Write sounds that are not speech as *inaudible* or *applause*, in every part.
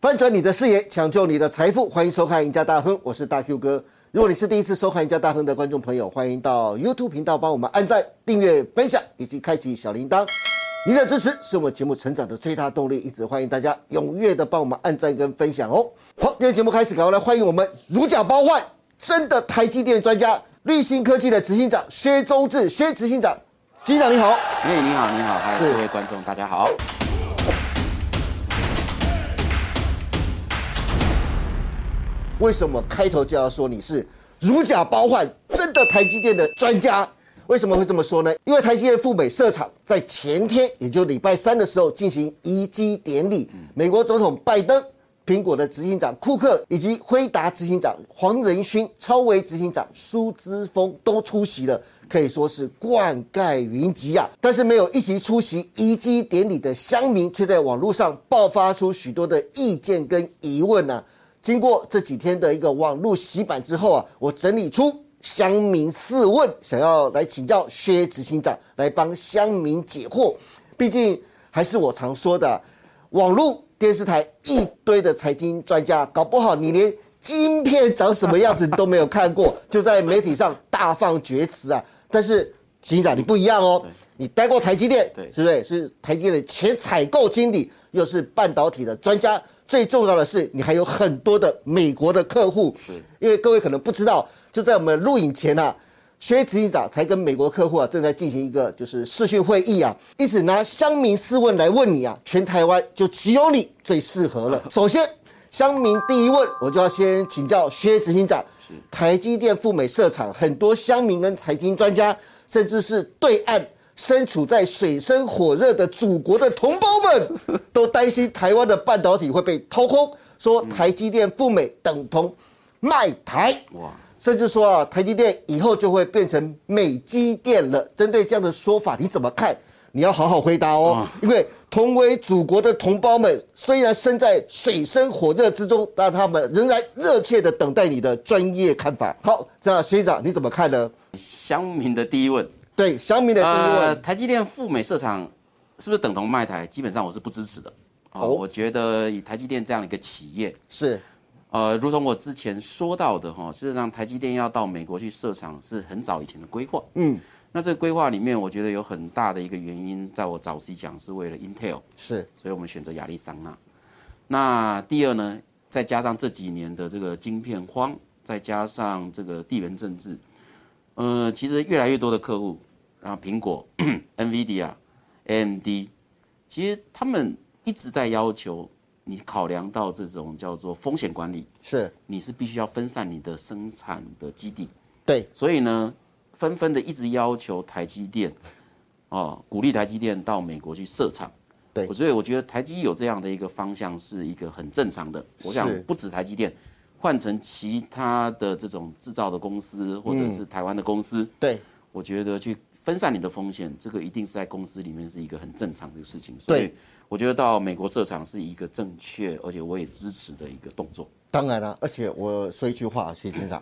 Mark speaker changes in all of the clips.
Speaker 1: 翻转你的视野，抢救你的财富，欢迎收看《赢家大亨》，我是大 Q 哥。如果你是第一次收看《赢家大亨》的观众朋友，欢迎到 YouTube 频道帮我们按赞、订阅、分享以及开启小铃铛。您的支持是我们节目成长的最大动力，因此欢迎大家踊跃的帮我们按赞跟分享哦。好，今天节目开始，赶快来欢迎我们如假包换真的台积电专家、瑞信科技的执行长薛中志，薛执行长，执行长你好。
Speaker 2: 哎，你好，你好，还有
Speaker 1: 是
Speaker 2: 各位观众，大家好。
Speaker 1: 为什么开头就要说你是如假包换，真的台积电的专家？为什么会这么说呢？因为台积电赴美设厂在前天，也就礼拜三的时候进行移机典礼，美国总统拜登、苹果的执行长库克以及辉达执行长黄仁勋、超维执行长苏之峰都出席了，可以说是冠盖云集啊。但是没有一起出席移机典礼的乡民，却在网络上爆发出许多的意见跟疑问啊。经过这几天的一个网络洗版之后啊，我整理出乡民四问，想要啊来请教薛执行长来帮乡民解惑。毕竟还是我常说的，网络电视台一堆的财经专家，搞不好你连晶片长什么样子你都没有看过，就在媒体上大放厥词啊。但是执行长你不一样哦，你待过台积电，
Speaker 2: 对
Speaker 1: 是不是？是台积电的前采购经理，又是半导体的专家。最重要的是，你还有很多的美国的客户
Speaker 2: 是，
Speaker 1: 因为各位可能不知道，就在我们录影前啊，薛执行长才跟美国客户啊正在进行一个就是视讯会议啊，一直拿乡民四问来问你啊，全台湾就只有你最适合了。首先，乡民第一问，我就要先请教薛执行长，台积电赴美设厂，很多乡民跟财经专家，甚至是对岸。身处在水深火热的祖国的同胞们，都担心台湾的半导体会被掏空，说台积电赴美等同卖台。
Speaker 2: 哇，
Speaker 1: 甚至说啊，台积电以后就会变成美积电了。针对这样的说法，你怎么看？你要好好回答哦，因为同为祖国的同胞们，虽然身在水深火热之中，但他们仍然热切的等待你的专业看法。好，那学长你怎么看呢？
Speaker 2: 乡民的第一问，
Speaker 1: 对，小米的第一
Speaker 2: 呃，
Speaker 1: 问，
Speaker 2: 台积电赴美设厂是不是等同卖台？基本上我是不支持的。哦，
Speaker 1: 哦
Speaker 2: 我觉得以台积电这样的一个企业，
Speaker 1: 是
Speaker 2: 呃，如同我之前说到的哈，事实上台积电要到美国去设厂是很早以前的规划。嗯，那这个规划里面，我觉得有很大的一个原因，在我早期讲是为了 Intel。
Speaker 1: 是
Speaker 2: 所以我们选择亚利桑那。那第二呢，再加上这几年的这个晶片荒，再加上这个地缘政治，呃，其实越来越多的客户，然后苹果、NVIDIA、AMD，其实他们一直在要求你考量到这种叫做风险管理，
Speaker 1: 是，
Speaker 2: 你是必须要分散你的生产的基地。
Speaker 1: 对，
Speaker 2: 所以呢，纷纷的一直要求台积电，哦，鼓励台积电到美国去设厂。
Speaker 1: 对
Speaker 2: 所以我觉得台积有这样的一个方向是一个很正常的。我想
Speaker 1: 是
Speaker 2: 不止台积电，换成其他的这种制造的公司或者
Speaker 1: 嗯
Speaker 2: 是台湾的公司，
Speaker 1: 对，
Speaker 2: 我觉得去分散你的风险，这个一定是在公司里面是一个很正常的事情。所以
Speaker 1: 对
Speaker 2: 我觉得到美国设厂是一个正确，而且我也支持的一个动作。
Speaker 1: 当然了、而且我说一句话，薛先生，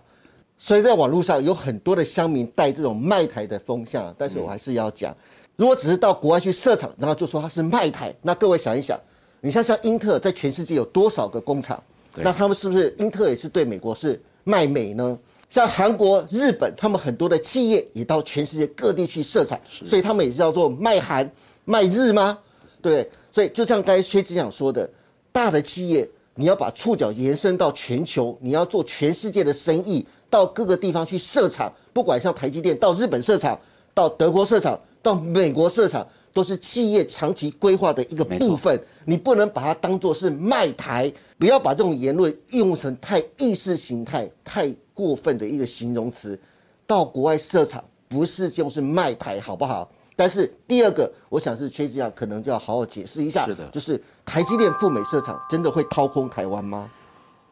Speaker 1: 虽然在网络上有很多的乡民带这种卖台的风向，但是我还是要讲，如果只是到国外去设厂，然后就说它是卖台，那各位想一想，你像像英特尔在全世界有多少个工厂？
Speaker 2: 对
Speaker 1: 那他们是不是英特尔也是对美国是卖美呢？像韩国、日本，他们很多的企业也到全世界各地去设厂，所以他们也是叫做卖韩、卖日吗？对，所以就像刚才薛局长说的，大的企业你要把触角延伸到全球，你要做全世界的生意，到各个地方去设厂，不管像台积电到日本设厂，到德国设厂，到美国设厂，都是企业长期规划的一个
Speaker 2: 没
Speaker 1: 部
Speaker 2: 错
Speaker 1: 分。份，你不能把它当做是卖台，不要把这种言论应用成太意识形态、太过分的一个形容词。到国外设厂不是就是卖台，好不好？但是第二个，我想是崔志亚可能就要好好解释一下，
Speaker 2: 是的
Speaker 1: 就是台积电赴美设厂真的会掏空台湾吗？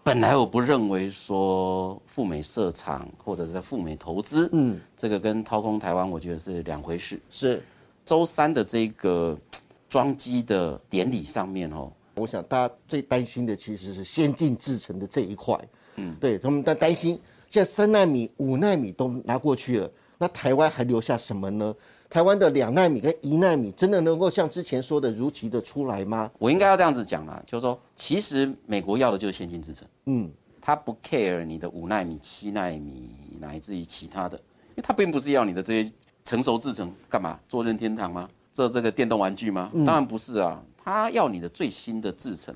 Speaker 2: 本来我不认为说赴美设厂或者是在赴美投资，嗯，这个跟掏空台湾我觉得是两回事。
Speaker 1: 是，
Speaker 2: 周三的这个嘖装机的典礼上面哦，
Speaker 1: 我想大家最担心的其实是先进制程的这一块，嗯，对他们在担心，现在三纳米、五纳米都拿过去了，那台湾还留下什么呢？台湾的两纳米跟一纳米真的能够像之前说的如期的出来吗？
Speaker 2: 我应该要这样子讲啦，就是说，其实美国要的就是先进制程，
Speaker 1: 嗯，
Speaker 2: 他不 care 你的五纳米、七纳米，乃至于其他的，因为他并不是要你的这些成熟制程干嘛做任天堂吗？做这个电动玩具吗？
Speaker 1: 嗯
Speaker 2: 当然不是啊，他要你的最新的制程，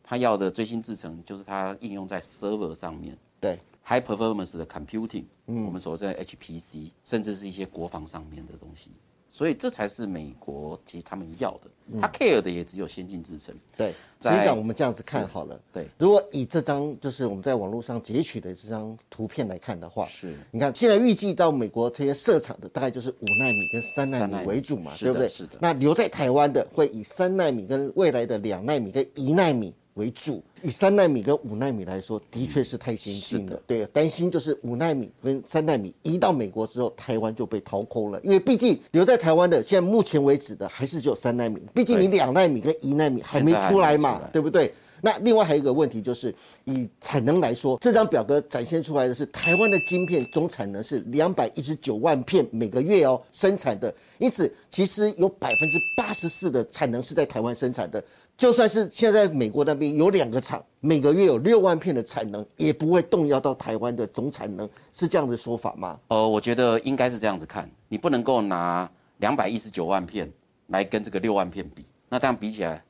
Speaker 2: 他要的最新制程就是它应用在 server 上面
Speaker 1: 对，嗯
Speaker 2: ，high performance 的 computing，、我们所谓的 HPC，甚至是一些国防上面的东西。所以这才是美国其实他们要的，他 care 的也只有先进制程。
Speaker 1: 对，实
Speaker 2: 在
Speaker 1: 际上我们这样子看好了。
Speaker 2: 对，
Speaker 1: 如果以这张就是我们在网络上截取的这张图片来看的话，
Speaker 2: 是
Speaker 1: 你看现在预计到美国这些设厂的大概就是五纳米跟三纳
Speaker 2: 三纳
Speaker 1: 米
Speaker 2: 米
Speaker 1: 为主嘛，
Speaker 2: 是
Speaker 1: 对
Speaker 2: 的
Speaker 1: 不对？
Speaker 2: 是的
Speaker 1: 那留在台湾的会以三纳米跟未来的两纳米跟一纳米为主。以三纳米跟五纳米来说，的确是太先进了。对，担心就是五纳米跟三纳米移到美国之后，台湾就被掏空了，因为毕竟留在台湾的，现在目前为止的还是只有三纳米，毕竟你两纳米跟一纳米还没
Speaker 2: 现在还
Speaker 1: 出来
Speaker 2: 没出
Speaker 1: 嘛
Speaker 2: 来，
Speaker 1: 对不对？那另外还有一个问题就是，以产能来说，这张表格展现出来的是台湾的晶片总产能是两百一十九万片每个月哦生产的，因此其实有百分之八十四的产能是在台湾生产的。就算是现在美国那边有两个厂，每个月有六万片的产能，也不会动摇到台湾的总产能，是这样的说法吗？
Speaker 2: 呃，我觉得应该是这样子看，你不能够拿两百一十九万片来跟这个六万片比，那这样比起来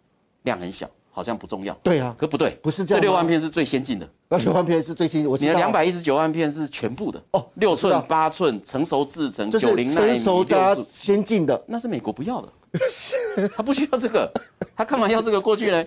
Speaker 2: 量很小，好像不重要。
Speaker 1: 对啊，
Speaker 2: 可不对，
Speaker 1: 不是这样吗
Speaker 2: 六万片是最先进的，
Speaker 1: 那六万片是最新，我
Speaker 2: 你
Speaker 1: 知
Speaker 2: 的
Speaker 1: 道
Speaker 2: 两
Speaker 1: 啊。
Speaker 2: 百一十九万片是全部的
Speaker 1: 哦
Speaker 2: 六
Speaker 1: 我
Speaker 2: 寸
Speaker 1: 知道、
Speaker 2: 八寸成熟制成
Speaker 1: 就
Speaker 2: 九
Speaker 1: 是
Speaker 2: 零纳米
Speaker 1: 成熟加
Speaker 2: 六寸，
Speaker 1: 先进的，
Speaker 2: 那是美国不要的， *laughs* 他不需要这个，他干嘛要这个过去呢？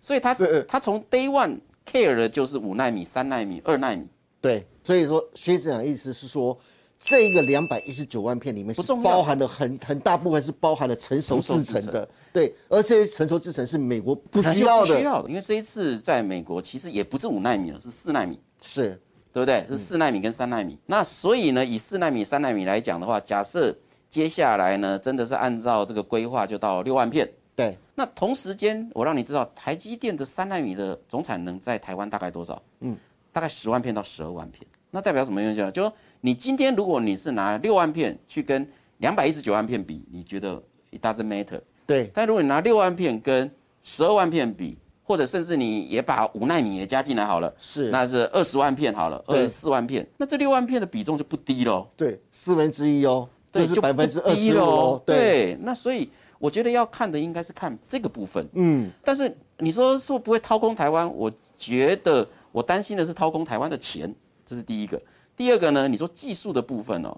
Speaker 2: 所以他
Speaker 1: 是
Speaker 2: 他从 day one care 的就是五纳米、三纳米、二纳米，
Speaker 1: 对，所以说薛市长的意思是说，这个两百一十九万片里面是
Speaker 2: 不重要
Speaker 1: 包含了很很大部分是包含了成熟制成
Speaker 2: 成熟制
Speaker 1: 的，对，而这些成熟制成是美国不
Speaker 2: 他
Speaker 1: 需要
Speaker 2: 不需
Speaker 1: 的，
Speaker 2: 要的，因为这一次在美国其实也不是五纳米了，是四纳米。
Speaker 1: 是
Speaker 2: 对不对？
Speaker 1: 嗯
Speaker 2: 是四纳米跟三纳米。那所以呢，以四纳米、三纳米来讲的话，假设接下来呢，真的是按照这个规划，就到六万片。
Speaker 1: 对，
Speaker 2: 那同时间，我让你知道，台积电的三纳米的总产能在台湾大概多少？嗯，大概十万片到十二万片。那代表什么东西啊？就说你今天如果你是拿六万片去跟两百一十九万片比，你觉得 it doesn't matter。
Speaker 1: 对，
Speaker 2: 但如果你拿六万片跟十二万片比，或者甚至你也把五纳米也加进来好了，
Speaker 1: 是
Speaker 2: 那是二十万片好了，二
Speaker 1: 对
Speaker 2: 十四万片，那这六万片的比重就不低喽，
Speaker 1: 对，四分之一哦，
Speaker 2: 对
Speaker 1: 就是百
Speaker 2: 不
Speaker 1: 分之二
Speaker 2: 低
Speaker 1: 十
Speaker 2: 咯
Speaker 1: 哦，对，
Speaker 2: 对，那所以我觉得要看的应该是看这个部分，嗯，但是你说是不是不会掏空台湾？我觉得我担心的是掏空台湾的钱，这是第一个。第二个呢，你说技术的部分哦，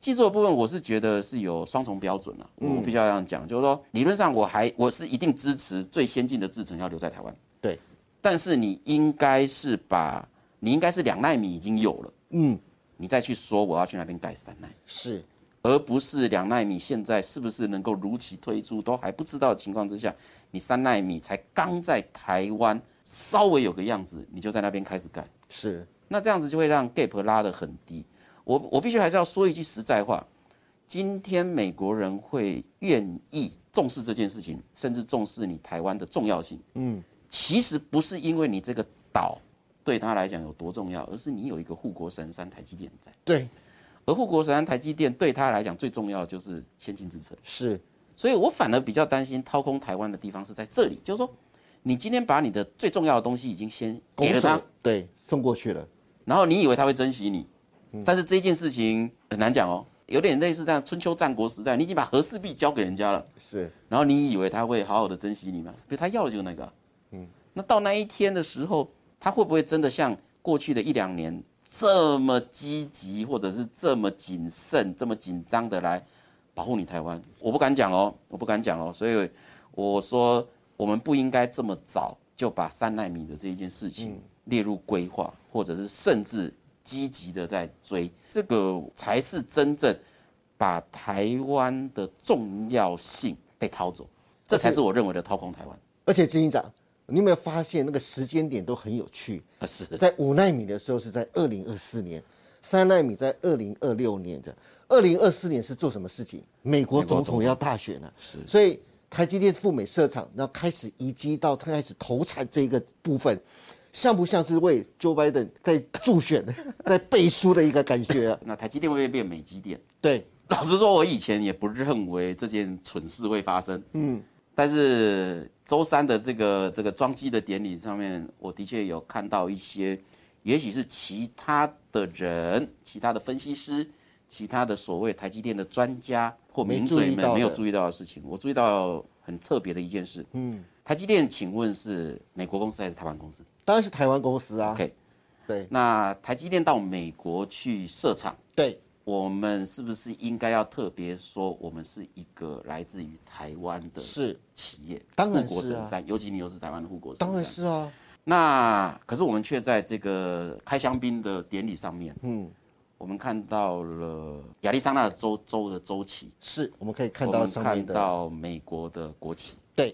Speaker 2: 技术的部分，我是觉得是有双重标准啊。
Speaker 1: 嗯
Speaker 2: 我必须要这样讲，就是说，理论上我还我是一定支持最先进的制程要留在台湾，
Speaker 1: 对，
Speaker 2: 但是你应该是把你应该是两纳米已经有了，
Speaker 1: 嗯，
Speaker 2: 你再去说我要去那边盖三纳米，
Speaker 1: 是
Speaker 2: 而不是两纳米现在是不是能够如期推出都还不知道的情况之下，你三纳米才刚在台湾稍微有个样子，你就在那边开始盖。
Speaker 1: 是，
Speaker 2: 那这样子就会让 gap 拉得很低。我我必须还是要说一句实在话，今天美国人会愿意重视这件事情，甚至重视你台湾的重要性，嗯，其实不是因为你这个岛对他来讲有多重要，而是你有一个护国神山台积电在，
Speaker 1: 对，
Speaker 2: 而护国神山台积电对他来讲最重要的就是先进制程。
Speaker 1: 是
Speaker 2: 所以我反而比较担心掏空台湾的地方是在这里，就是说，你今天把你的最重要的东西已经先给
Speaker 1: 拱
Speaker 2: 了他
Speaker 1: 手，，对，送过去了，
Speaker 2: 然后你以为他会珍惜你，
Speaker 1: 嗯
Speaker 2: 但是这件事情很难讲哦，有点类似这样春秋战国时代，你已经把和氏璧交给人家了，
Speaker 1: 是
Speaker 2: 然后你以为他会好好的珍惜你吗？比如他要的就是那个啊，那到那一天的时候，他会不会真的像过去的一两年这么积极，或者是这么谨慎、这么紧张的来保护你台湾？我不敢讲哦，我不敢讲哦，所以我说我们不应该这么早就把三纳米的这一件事情列入规划，或者是甚至积极的在追，这个才是真正把台湾的重要性被掏走，这才是我认为的掏空台湾。
Speaker 1: 而且执行长，你有没有发现那个时间点都很有趣？
Speaker 2: 呃是
Speaker 1: 在五纳米的时候是在二零二四年，三纳米在二零二六年的。二零二四年是做什么事情？美国总统要大选了、所以台积电赴美设厂，然后开始移机到开始投产这一个部分，像不像是为 Joe *laughs* Biden 在助选、在背书的一个感觉、啊？
Speaker 2: 那台积电会不会变美积电？
Speaker 1: 对，
Speaker 2: *laughs* 老实说，我以前也不认为这件蠢事会发生。嗯，但是周三的这个这个装机的典礼上面，我的确有看到一些，也许是其他的人、其他的分析师、其他的所谓台积电的专家或名嘴
Speaker 1: 没注意
Speaker 2: 们
Speaker 1: 到的
Speaker 2: 没有注意到的事情。我注意到很特别的一件事。嗯，台积电，请问是美国公司还是台湾公司？
Speaker 1: 当然是台湾公司啊。
Speaker 2: OK
Speaker 1: 对
Speaker 2: 那台积电到美国去设厂。
Speaker 1: 对，
Speaker 2: 我们是不是应该要特别说，我们是一个来自于台湾的
Speaker 1: 是，
Speaker 2: 企业，
Speaker 1: 当然
Speaker 2: 护国
Speaker 1: 是啊
Speaker 2: 神山，尤其你又是台湾的护国神山，
Speaker 1: 当然是啊。
Speaker 2: 那可是我们却在这个开香槟的典礼上面，嗯，我们看到了亚利桑那州州的州旗，
Speaker 1: 是，我们可以看
Speaker 2: 我
Speaker 1: 到
Speaker 2: 们
Speaker 1: 上面
Speaker 2: 看
Speaker 1: 的，
Speaker 2: 到美国的国旗，
Speaker 1: 对，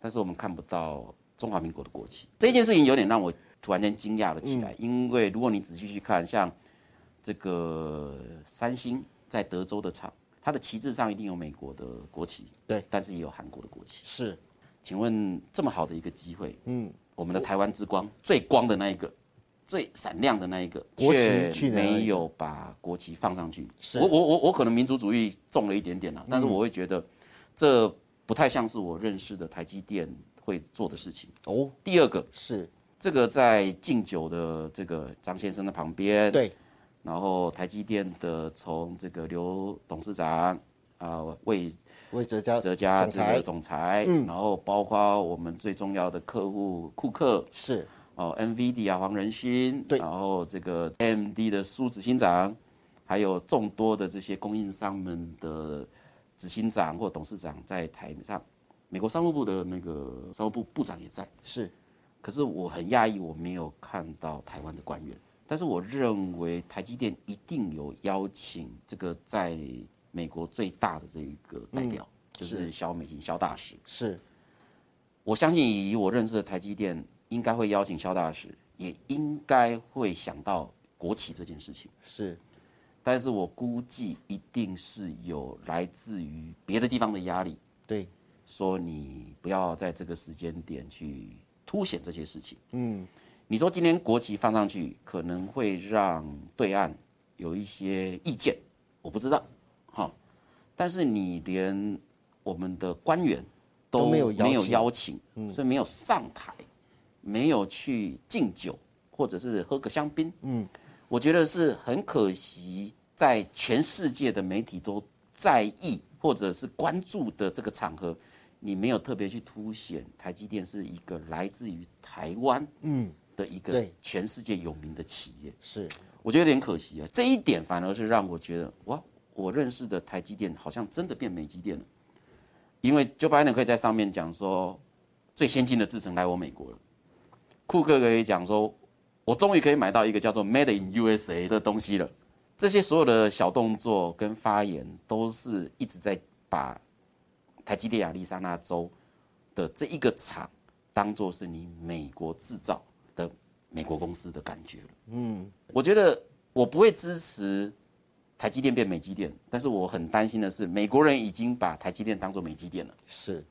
Speaker 2: 但是我们看不到中华民国的国旗。这件事情有点让我突然间惊讶了起来，因为如果你仔细去看，像这个三星在德州的厂，它的旗帜上一定有美国的国旗，
Speaker 1: 对，
Speaker 2: 但是也有韩国的国旗。
Speaker 1: 是
Speaker 2: 请问这么好的一个机会，嗯，我们的台湾之光最光的那一个。最闪亮的那一个，
Speaker 1: 国旗
Speaker 2: 却
Speaker 1: 去哪里
Speaker 2: 没有把国旗放上去。
Speaker 1: 是嗯
Speaker 2: 我我我我可能民族主义重了一点点啦、但是我会觉得这不太像是我认识的台积电会做的事情。
Speaker 1: 哦，
Speaker 2: 第二个，
Speaker 1: 是
Speaker 2: 这个在敬酒的这个张先生的旁边，
Speaker 1: 对，
Speaker 2: 然后台积电的从这个刘董事长啊、魏
Speaker 1: 魏哲家
Speaker 2: 哲家
Speaker 1: 总
Speaker 2: 这个
Speaker 1: 裁
Speaker 2: 总裁，嗯然后包括我们最重要的客户库克
Speaker 1: 是
Speaker 2: 哦，NVD 啊黄仁勋，
Speaker 1: 对
Speaker 2: 然后这个 AMD 的苏执行长，还有众多的这些供应商们的执行长或董事长在台上，美国商务部的那个商务部部长也在。
Speaker 1: 是
Speaker 2: 可是我很讶异，我没有看到台湾的官员。但是我认为台积电一定有邀请这个在美国最大的这一个代表，就是肖美琴肖大使。
Speaker 1: 是
Speaker 2: 我相信以我认识的台积电，应该会邀请肖大使，也应该会想到国企这件事情。
Speaker 1: 是
Speaker 2: 但是我估计一定是有来自于别的地方的压力，
Speaker 1: 对，
Speaker 2: 说你不要在这个时间点去凸显这些事情。嗯，你说今天国旗放上去，可能会让对岸有一些意见，我不知道，好、但是你连我们的官员
Speaker 1: 都没有邀
Speaker 2: 没有
Speaker 1: 请嗯
Speaker 2: 邀请，所以没有上台，没有去敬酒或者是喝个香槟，嗯，我觉得是很可惜，在全世界的媒体都在意或者是关注的这个场合，你没有特别去凸显台积电是一个来自于台湾，嗯，的一个
Speaker 1: 对
Speaker 2: 全世界有名的企业，
Speaker 1: 是
Speaker 2: 我觉得有点可惜啊。这一点反而是让我觉得，哇，我认识的台积电好像真的变美积电了，因为 Joe Biden 可以在上面讲说，最先进的制程来我美国了，库克可以讲说，我终于可以买到一个叫做 Made in USA 的东西了。这些所有的小动作跟发言，都是一直在把台积电亚利桑那州的这一个厂当做是你美国制造的美国公司的感觉了。我觉得我不会支持台积电变美积电，但是我很担心的是，美国人已经把台积电当做美积电了，
Speaker 1: 是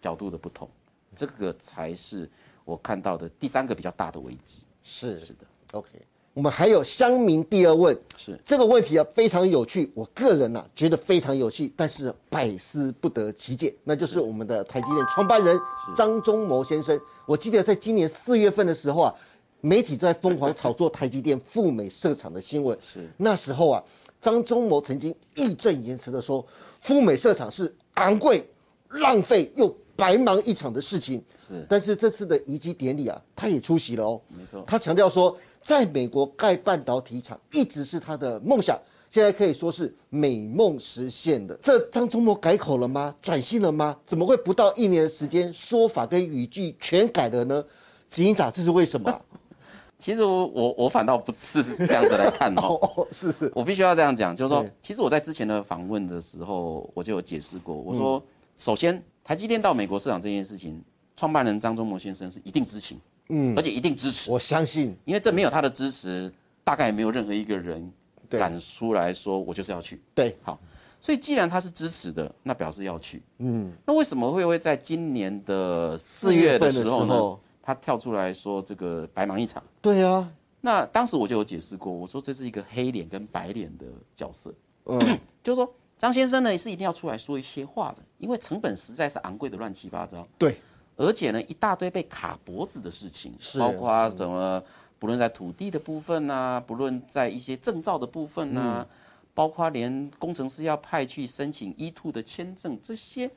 Speaker 2: 角度的不同，这个才是我看到的第三个比较大的危机。
Speaker 1: 是
Speaker 2: 是的，
Speaker 1: OK，我们还有乡民第二问，
Speaker 2: 是
Speaker 1: 这个问题啊非常有趣，我个人呐、觉得非常有趣，但是百思不得其解，那就是我们的台积电创办人张忠谋先生。我记得在今年四月份的时候啊，媒体在疯狂炒作台积电赴美设厂的新闻，
Speaker 2: 是
Speaker 1: 那时候啊，张忠谋曾经义正言辞地说，赴美设厂是昂贵、浪费又白忙一场的事情。
Speaker 2: 是
Speaker 1: 但是这次的移机典礼啊，他也出席了哦。
Speaker 2: 没错
Speaker 1: 他强调说，在美国盖半导体厂一直是他的梦想，现在可以说是美梦实现了。这张忠谋改口了吗？转性了吗？怎么会不到一年的时间，说法跟语句全改了呢？执行长，这是为什么啊？
Speaker 2: 其实我我我反倒不是这样子来看 *laughs* 哦。
Speaker 1: 哦哦，是是，
Speaker 2: 我必须要这样讲，就是说
Speaker 1: 对，
Speaker 2: 其实我在之前的访问的时候，我就有解释过，我说，首先，台积电到美国市场这件事情，创办人张忠谋先生是一定知情，嗯，而且一定支持。
Speaker 1: 我相信
Speaker 2: 因为这没有他的支持，大概也没有任何一个人
Speaker 1: 对
Speaker 2: 敢出来说我就是要去。
Speaker 1: 对
Speaker 2: 好，所以既然他是支持的，那表示要去。嗯，那为什么会会在今年的四月的
Speaker 1: 四月份的
Speaker 2: 时候
Speaker 1: 时候
Speaker 2: 呢？他跳出来说这个白忙一场。
Speaker 1: 对啊，嗯
Speaker 2: 那当时我就有解释过，我说这是一个黑脸跟白脸的角色。就是说张先生呢也是一定要出来说一些话的，因为成本实在是昂贵的乱七八糟。
Speaker 1: 对，
Speaker 2: 而且呢，一大堆被卡脖子的事情，
Speaker 1: 是嗯
Speaker 2: 包括啊什么，不论在土地的部分呐、不论在一些证照的部分呐、
Speaker 1: 嗯
Speaker 2: 包括连工程师要派去申请 E two 的签证，这些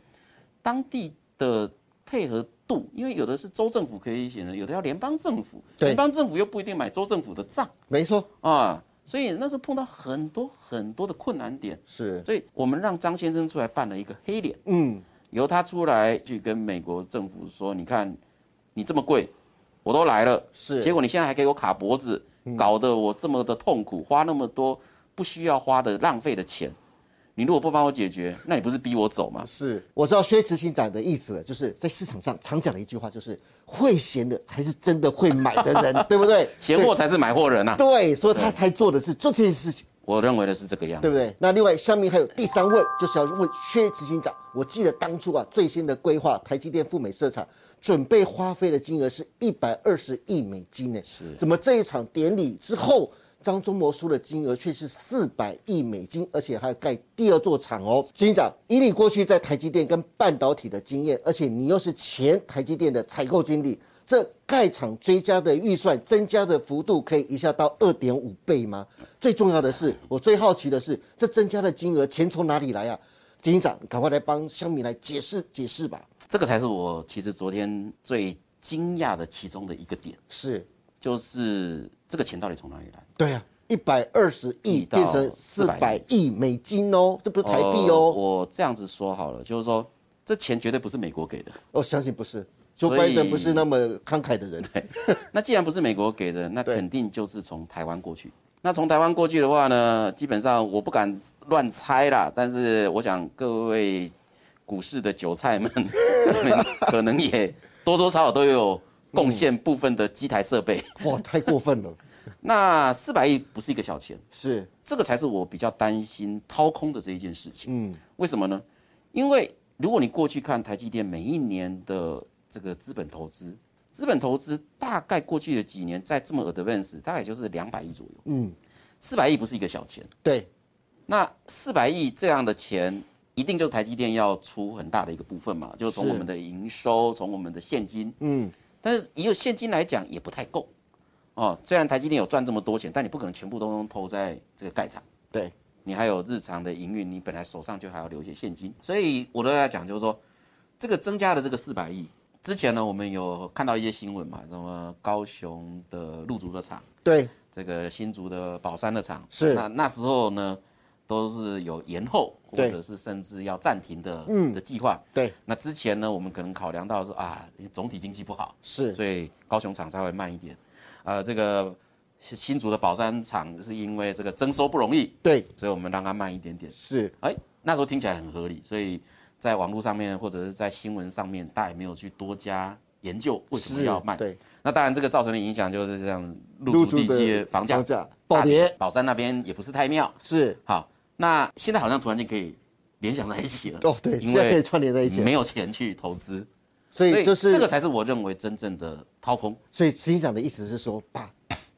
Speaker 2: 当地的配合度，因为有的是州政府可以选择，有的要联邦政府，
Speaker 1: 对
Speaker 2: 联邦政府又不一定买州政府的账
Speaker 1: 没错，
Speaker 2: 啊，所以那时候碰到很多很多的困难点，
Speaker 1: 是，
Speaker 2: 所以我们让张先生出来扮了一个黑脸。
Speaker 1: 嗯，
Speaker 2: 由他出来去跟美国政府说：“你看，你这么贵，我都来了，
Speaker 1: 是嗯
Speaker 2: 结果你现在还给我卡脖子，搞得我这么的痛苦，花那么多不需要花的浪费的钱，你如果不帮我解决，那你不是逼我走吗？
Speaker 1: 是，我知道薛执行长的意思了，就是在市场上常讲的一句话，就是会闲的才是真的会买的 *laughs* 人，对不对？
Speaker 2: 闲货才是买货人呐、啊！
Speaker 1: 对，所以他才做的是做这件事情。
Speaker 2: 我认为的是这个样子
Speaker 1: 对。不对？那另外，下面还有第三问，就是要问薛执行长。我记得当初啊，最新的规划，台积电赴美设厂准备花费的金额是一百二十亿美金呢。是，怎么这一场典礼之后，张忠谋输的金额却是四百亿美金，而且还要盖第二座厂哦。执行长，以你过去在台积电跟半导体的经验，而且你又是前台积电的采购经理。这盖厂追加的预算增加的幅度可以一下到二点五倍吗？最重要的是，我最好奇的是，这增加的金额钱从哪里来啊？警长，赶快来帮乡民来解释解释吧。
Speaker 2: 这个才是我其实昨天最惊讶的其中的一个点，
Speaker 1: 是，
Speaker 2: 就是这个钱到底从哪里来？
Speaker 1: 对啊，一百二十亿
Speaker 2: 亿到
Speaker 1: 变成四百亿美金哦，这不是台币
Speaker 2: 呃
Speaker 1: 哦。
Speaker 2: 我这样子说好了，就是说这钱绝对不是美国给的。 *laughs*
Speaker 1: 我哦相信不是，就
Speaker 2: 所以
Speaker 1: 拜登不是那么慷慨的人。
Speaker 2: 那既然不是美国给的，那
Speaker 1: 对
Speaker 2: 肯定就是从台湾过去。那从台湾过去的话呢，基本上我不敢乱猜啦，但是我想各位股市的韭菜们， *laughs* 可能也多多少少都有贡献部分的机台设备。
Speaker 1: 哇，太过分
Speaker 2: *laughs*
Speaker 1: 了。
Speaker 2: 那四百亿不是一个小钱，
Speaker 1: 是，
Speaker 2: 这个才是我比较担心掏空的这一件事情。
Speaker 1: 嗯，
Speaker 2: 为什么呢？因为如果你过去看台积电每一年的这个资本投资，资本投资大概过去的几年在这么 advance，大概就是两百亿左右。
Speaker 1: 嗯，
Speaker 2: 四百亿不是一个小钱，
Speaker 1: 对，
Speaker 2: 那四百亿这样的钱，一定就是台积电要出很大的一个部分嘛，就是从
Speaker 1: 是
Speaker 2: 我们的营收，从我们的现金。
Speaker 1: 嗯，
Speaker 2: 但是以有现金来讲也不太够。哦，虽然台积电有赚这么多钱，但你不可能全部都投在这个盖厂。
Speaker 1: 对，
Speaker 2: 你还有日常的营运，你本来手上就还要留一些现金，所以我都在讲，就是说这个增加的这个四百亿，之前呢我们有看到一些新闻嘛，什么高雄的陆竹的厂，
Speaker 1: 对，
Speaker 2: 这个新竹的宝山的厂，
Speaker 1: 是
Speaker 2: 那那时候呢都是有延后或
Speaker 1: 对
Speaker 2: 者是甚至要暂停的
Speaker 1: 嗯
Speaker 2: 的计划。
Speaker 1: 对，
Speaker 2: 那之前呢，我们可能考量到说啊，总体经济不好，
Speaker 1: 是，
Speaker 2: 所以高雄厂稍微慢一点，呃，这个新新竹的宝山厂是因为这个征收不容易。
Speaker 1: 对，
Speaker 2: 所以我们让它慢一点点。
Speaker 1: 是，
Speaker 2: 哎，那时候听起来很合理，所以在网络上面或者是在新闻上面，大家也没有去多加研究为什么
Speaker 1: 是
Speaker 2: 要慢。
Speaker 1: 对，
Speaker 2: 那当然，这个造成的影响就是这样，
Speaker 1: 入
Speaker 2: 入
Speaker 1: 住
Speaker 2: 住地
Speaker 1: 的
Speaker 2: 界房价
Speaker 1: 暴
Speaker 2: 大跌
Speaker 1: 跌，
Speaker 2: 宝山那边也不是太妙。
Speaker 1: 是，
Speaker 2: 好，那现在好像突然间可以联想在一起了。
Speaker 1: 哦，对，
Speaker 2: 因
Speaker 1: 现在可以
Speaker 2: 为
Speaker 1: 串联在一起了，
Speaker 2: 没有钱去投资，
Speaker 1: 所
Speaker 2: 所
Speaker 1: 以
Speaker 2: 以
Speaker 1: 就是
Speaker 2: 这个才是我认为真正的掏空。
Speaker 1: 所以执行长的意思是说，把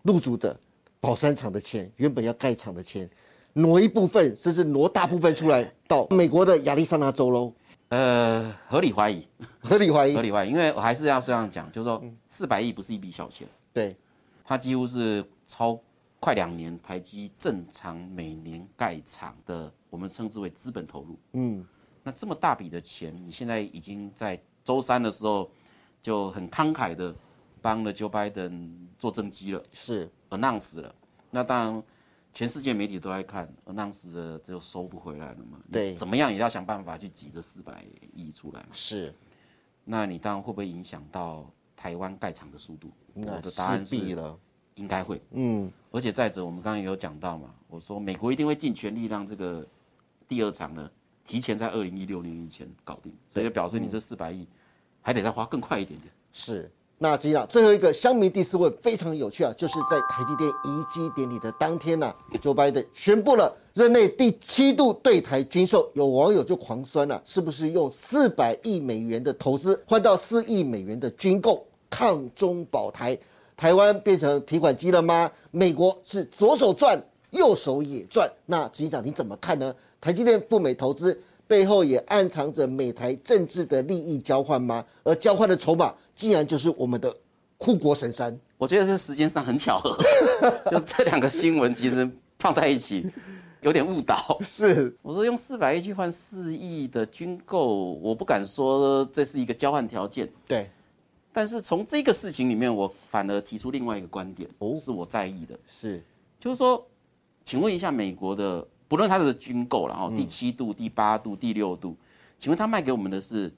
Speaker 1: 入主的宝山厂的钱，原本要盖厂的钱，挪一部分，甚至挪大部分出来到美国的亚利桑那州喽，
Speaker 2: 呃，合理怀疑，
Speaker 1: 合理怀疑
Speaker 2: 合。理怀疑，因为我还是要这样讲，就是
Speaker 1: 嗯
Speaker 2: 说四百亿不是一笔小钱。
Speaker 1: 对，
Speaker 2: 它几乎是超快两年台积正常每年盖厂的，我们称之为资本投入。嗯，那这么大笔的钱，你现在已经在周三的时候就很慷慨的帮了 Joe Biden 做政绩了
Speaker 1: 是，
Speaker 2: ，announce 了。那当然，全世界媒体都在看 announce 的就收不回来了嘛。你
Speaker 1: 对
Speaker 2: 怎么样也要想办法去挤这四百亿出来嘛。
Speaker 1: 是，
Speaker 2: 那你当然会不会影响到台湾盖厂的速度？我
Speaker 1: 那
Speaker 2: 的答案
Speaker 1: 势必啊
Speaker 2: 是
Speaker 1: 了。
Speaker 2: 应该会。
Speaker 1: 嗯，
Speaker 2: 而且再者，我们刚刚也有讲到嘛，我说美国一定会尽全力让这个第二场呢提前在二零一六年以前搞定，所以就表示你这四百亿还得再花更快一点点。
Speaker 1: 是。那执行长最后一个乡民第四问非常有趣啊，就是在台积电移机典礼的当天呢、啊，拜拜登宣布了任内第七度对台军售，有网友就狂酸了、是不是用四百亿美元的投资换到四亿美元的军购抗中保台？台湾变成提款机了吗？美国是左手赚右手也赚。那执行长你怎么看呢？台积电赴美投资背后也暗藏着美台政治的利益交换吗？而交换的筹码竟然就是我们的护国神山。
Speaker 2: 我觉得是时间上很巧合，就这两个新闻其实放在一起有点误导。
Speaker 1: 是，
Speaker 2: *laughs* 我说用四百亿去换四亿的军购，我不敢说这是一个交换条件，
Speaker 1: 对，
Speaker 2: 但是从这个事情里面，我反而提出另外一个观点，
Speaker 1: 哦
Speaker 2: 是我在意的，
Speaker 1: 是，
Speaker 2: 就是说，请问一下美国的，不论它的军购然后
Speaker 1: 嗯
Speaker 2: 第七度、第八度、第六度，请问它卖给我们的是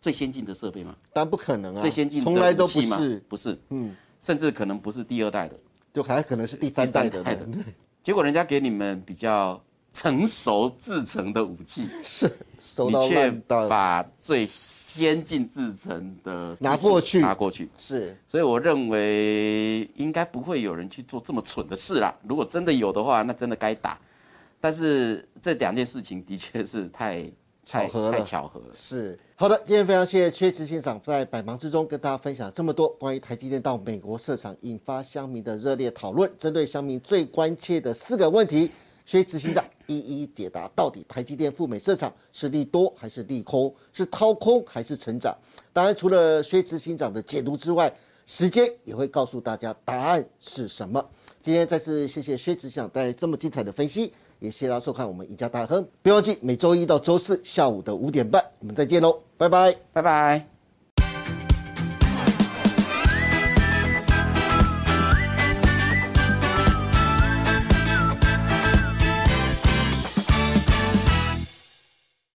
Speaker 2: 最先进的设备吗？
Speaker 1: 但不可能啊，
Speaker 2: 最先进的
Speaker 1: 从来都
Speaker 2: 武器
Speaker 1: 不
Speaker 2: 吗
Speaker 1: 是，，
Speaker 2: 不是，嗯，甚至可能不是第二代的，
Speaker 1: 就还可能是第
Speaker 2: 第
Speaker 1: 三代
Speaker 2: 三
Speaker 1: 的
Speaker 2: 代的
Speaker 1: 呢。，
Speaker 2: 结果人家给你们比较成熟制成的武器，
Speaker 1: 收
Speaker 2: 你
Speaker 1: 到
Speaker 2: 却
Speaker 1: 烂到
Speaker 2: 把最先进制成的
Speaker 1: 拿过去
Speaker 2: 拿过去，
Speaker 1: 是
Speaker 2: 所以我认为应该不会有人去做这么蠢的事啦。如果真的有的话，那真的该打。但是这两件事情的确是太太
Speaker 1: 巧合了
Speaker 2: 太巧合了。
Speaker 1: 是。好的，今天非常谢谢薛执行长在百忙之中跟大家分享这么多关于台积电到美国市场，引发乡民的热烈讨论。针对乡民最关切的四个问题，薛执行长一一解答，到底台积电赴美市场是利多还是利空，是掏空还是成长？当然，除了薛执行长的解读之外，时间也会告诉大家答案是什么。今天再次谢谢薛执行长带来这么精彩的分析，也谢谢大家收看我们赢家大亨。别忘记每周一到周四下午的五点半，我们再见喽，拜拜。
Speaker 2: 拜拜。